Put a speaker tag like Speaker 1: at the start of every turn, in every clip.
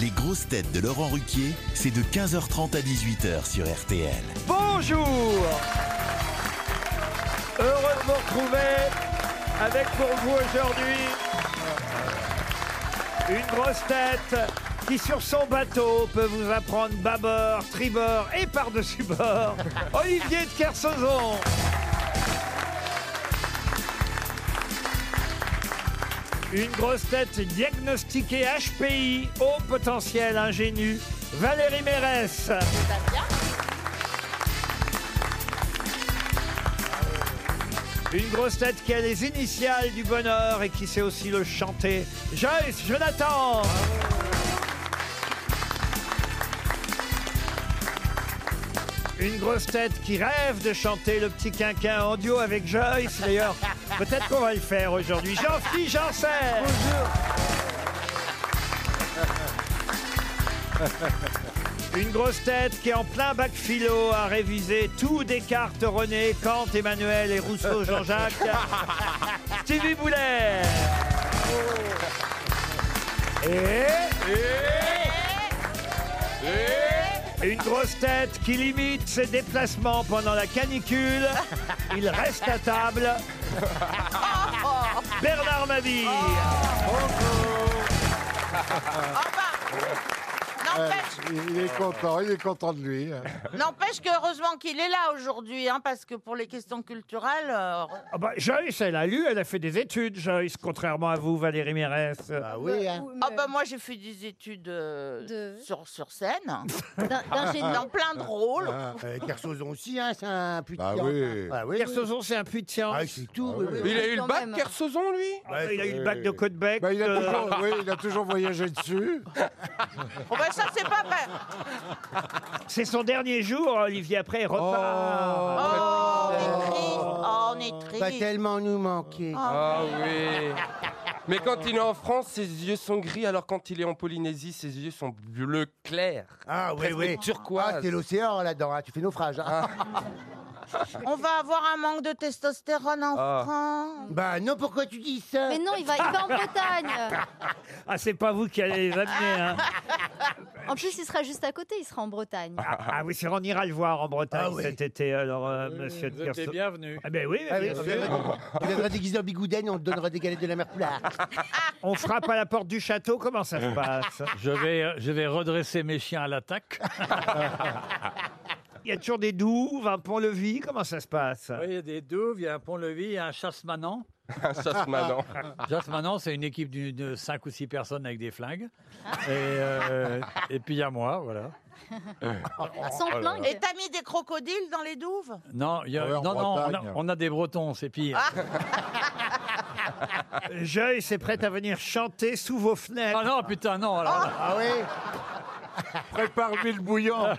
Speaker 1: Les grosses têtes de Laurent Ruquier, c'est de 15h30 à 18h sur RTL.
Speaker 2: Bonjour Heureux de vous retrouver avec pour vous aujourd'hui une grosse tête qui sur son bateau peut vous apprendre bâbord, tribord et par-dessus bord, Olivier de Kersauzon. Une grosse tête diagnostiquée HPI, haut potentiel ingénu, Valérie Mérès. Une grosse tête qui a les initiales du bonheur et qui sait aussi le chanter. Joyce Jonathan Une grosse tête qui rêve de chanter le petit quinquin en duo avec Joyce. D'ailleurs, peut-être qu'on va le faire aujourd'hui. Jean-Philippe Janssen Une grosse tête qui, en plein bac philo, a révisé tout Descartes, René, Kant, Emmanuel et Rousseau, Jean-Jacques. Stevie Boulet. Et... Une grosse tête qui limite ses déplacements pendant la canicule. Il reste à table. Bernard Mabille.
Speaker 3: N'empêche,
Speaker 4: Euh, Il est content, il est content de lui.
Speaker 5: Euh,
Speaker 3: n'empêche que heureusement qu'il est là aujourd'hui, hein, parce que pour les questions culturelles, euh,
Speaker 2: Ah bah, Joyce, elle a lu, elle a fait des études, Joyce, contrairement à vous, Valérie Mérès.
Speaker 6: Oui,
Speaker 5: hein.
Speaker 6: hein.
Speaker 3: ah bah moi j'ai fait des études euh,
Speaker 6: Euh. De-
Speaker 3: sur, sur scène,
Speaker 6: D'ingénieur.
Speaker 3: dans plein de rôles.
Speaker 5: Euh, Kersauzon aussi, hein, c'est un putain.
Speaker 4: Bah oui. bah
Speaker 5: Bah oui.
Speaker 2: Kersauzon, c'est un puits de science.
Speaker 5: Ah, c'est tout. oui, oui.
Speaker 7: Mais il a eu
Speaker 6: Quand
Speaker 7: le bac,
Speaker 6: même.
Speaker 7: Kersauzon, lui
Speaker 2: Ah, il a eu le bac de Côte-Bec.
Speaker 4: Bah, il, a
Speaker 2: euh,
Speaker 4: toujours, oui, il a toujours voyagé dessus.
Speaker 3: Oh bah ça c'est pas vrai.
Speaker 2: C'est son dernier jour, hein, Olivier, après il repart.
Speaker 3: Oh, on est triste. Oh, on est
Speaker 5: Il va
Speaker 3: triste.
Speaker 5: tellement nous manquer.
Speaker 7: Ah oui Mais quand il est en France, ses yeux sont gris, alors quand il est en Polynésie, ses yeux sont bleu clair.
Speaker 5: Ah oui,
Speaker 7: Presque
Speaker 5: oui.
Speaker 7: turquoise.
Speaker 5: Ah, t'es l'océan là-dedans, hein, tu fais naufrage. hein.
Speaker 4: Ah.
Speaker 3: On va avoir un manque de testostérone en
Speaker 7: Ah.
Speaker 3: France.
Speaker 5: Bah non, pourquoi tu dis ça
Speaker 6: Mais non, il va, il va en Bretagne.
Speaker 2: Ah, c'est pas vous qui allez les amener. Hein.
Speaker 6: En plus, il sera juste à côté, il sera en Bretagne.
Speaker 2: Ah, ah oui, c'est on ira le voir en Bretagne
Speaker 5: Ah oui.
Speaker 2: cet été, alors, euh, monsieur de Kersauzon.
Speaker 8: bienvenue.
Speaker 2: Ah ben oui,
Speaker 5: Ah oui,
Speaker 2: bien
Speaker 5: on
Speaker 2: sûr.
Speaker 5: viendra- on viendra déguisé en bigouden, on te donnera des galettes de la mer Poulard.
Speaker 4: Ah,
Speaker 2: On frappe à la porte du château, comment ça se passe
Speaker 8: Je vais, euh, je vais redresser mes chiens à l'attaque.
Speaker 2: Il y a toujours des douves, un pont-levis, comment ça se passe
Speaker 8: Ah Oui, il y a des douves, il y a un pont-levis, il y a un chasse-manant.
Speaker 7: Un chasse manant.
Speaker 8: Ah. Chasse-manant, c'est une équipe d'une- de 5 ou 6 personnes avec des flingues. Et, euh, et puis il y a moi, voilà.
Speaker 2: oh,
Speaker 6: Sans
Speaker 3: Et
Speaker 6: flingue.
Speaker 3: t'as mis des crocodiles dans les douves
Speaker 8: Non, il y a-
Speaker 4: Ouais, en
Speaker 8: non, non, on a,
Speaker 4: Bretagne.
Speaker 8: on a des Bretons, c'est pire.
Speaker 2: Joyce est prête à venir chanter sous vos fenêtres.
Speaker 8: Ah non, putain, non. alors là.
Speaker 5: Ah oui
Speaker 4: Prépare mille bouillante.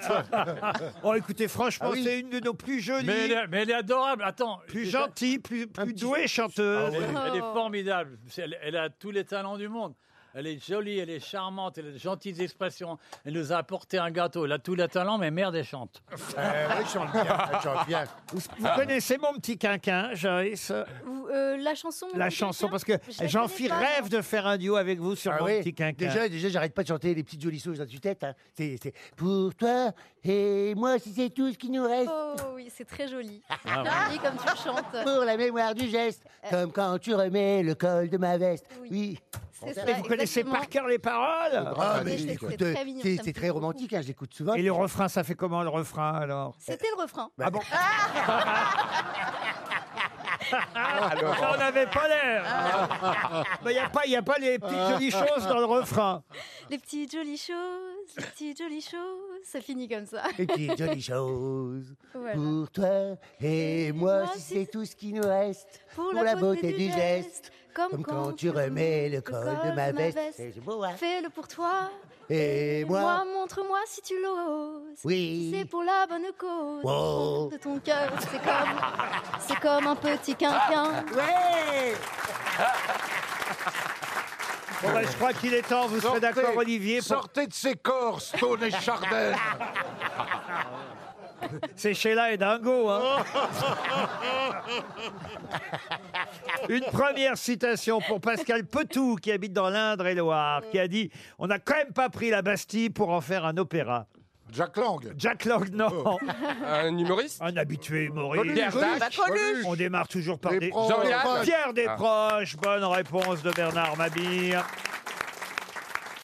Speaker 2: Oh, écoutez, franchement,
Speaker 5: Ah oui.
Speaker 2: c'est une de nos plus jolies,
Speaker 8: mais, elle est, mais elle est adorable. Attends,
Speaker 2: plus
Speaker 8: c'est-
Speaker 2: gentilles, plus, plus
Speaker 5: petit-
Speaker 2: douées chanteuses.
Speaker 8: Elle, est- elle est
Speaker 6: Oh.
Speaker 8: formidable. C'est- Elle, elle a tous les talents du monde. Elle est jolie, elle est charmante, elle a de gentilles expressions. Elle nous a apporté un gâteau. Elle a tous les talents, mais merde, elle chante.
Speaker 5: Euh, Oui, je chante bien, je chante bien.
Speaker 2: Vous, vous connaissez mon petit quinquin, Joyce
Speaker 6: Vous- euh, la chanson.
Speaker 2: La
Speaker 6: de
Speaker 2: chanson,
Speaker 6: quelqu'un
Speaker 2: parce que
Speaker 6: Je la
Speaker 2: jean
Speaker 6: connais
Speaker 2: philippe
Speaker 6: pas,
Speaker 2: rêve
Speaker 6: non.
Speaker 2: de faire un duo avec vous sur
Speaker 5: Ah
Speaker 2: mon
Speaker 5: oui.
Speaker 2: petit quinquin.
Speaker 5: Déjà, déjà j'arrête pas de chanter les petites jolies choses à tu tête. hein. C'est c'est pour toi et moi si c'est tout ce qui nous reste.
Speaker 6: Oh oui, c'est très joli. C'est
Speaker 2: Ah,
Speaker 6: joli comme tu le chantes.
Speaker 5: Pour la mémoire du geste, comme quand tu remets le col de ma veste.
Speaker 6: Oui.
Speaker 5: Euh. Oui.
Speaker 6: C'est ça,
Speaker 2: Mais vous connaissez
Speaker 6: exactement.
Speaker 2: par cœur les paroles
Speaker 5: Ah, mais
Speaker 6: c'est- c'est
Speaker 5: j'écoute,
Speaker 6: très
Speaker 5: euh,
Speaker 6: mignon,
Speaker 5: c'est
Speaker 6: ça me
Speaker 5: c'est
Speaker 6: plaît
Speaker 5: très
Speaker 6: beaucoup.
Speaker 5: romantique, hein, je l'écoute souvent.
Speaker 2: Et le refrain, ça fait comment le refrain alors
Speaker 6: C'était le refrain.
Speaker 5: Ah bon
Speaker 2: Ça, On n'avait pas l'air
Speaker 5: Ah.
Speaker 2: Il n'y a, pas- y a pas les petites jolies choses dans le refrain.
Speaker 6: Les petites jolies choses, les petites jolies choses. Ça finit comme ça.
Speaker 5: Une petite jolie chose
Speaker 6: Voilà.
Speaker 5: pour toi et moi si c'est tout ce qui nous reste pour la beauté du geste comme quand tu remets le col de ma veste c'est beau hein
Speaker 6: Fais-le pour toi.
Speaker 5: et moi
Speaker 6: montre-moi si tu l'oses.
Speaker 5: Oui.
Speaker 6: C'est pour la bonne cause.
Speaker 5: Wow.
Speaker 6: De ton cœur, c'est comme, c'est comme un petit quinquin.
Speaker 5: ouais
Speaker 2: Bon, bah, je crois qu'il est temps, vous serez d'accord Olivier, pour...
Speaker 4: Sortez de ses corps, Stone et Chardin.
Speaker 2: c'est Sheila et Dingo. hein. Une première citation pour Pascal Petou, qui habite dans l'Indre-et-Loire, qui a dit On n'a quand même pas pris la Bastille pour en faire un opéra.
Speaker 4: Jack Lang. Oh.
Speaker 2: Jack Lang, non.
Speaker 7: Un humoriste
Speaker 2: Un habitué humoriste.
Speaker 7: Pierre Dac.
Speaker 3: Bah, Coluche.
Speaker 2: On démarre toujours par des.
Speaker 4: Desproges.
Speaker 7: Jean-Yann.
Speaker 2: Pierre Desproges, bonne réponse de Bernard Mabille.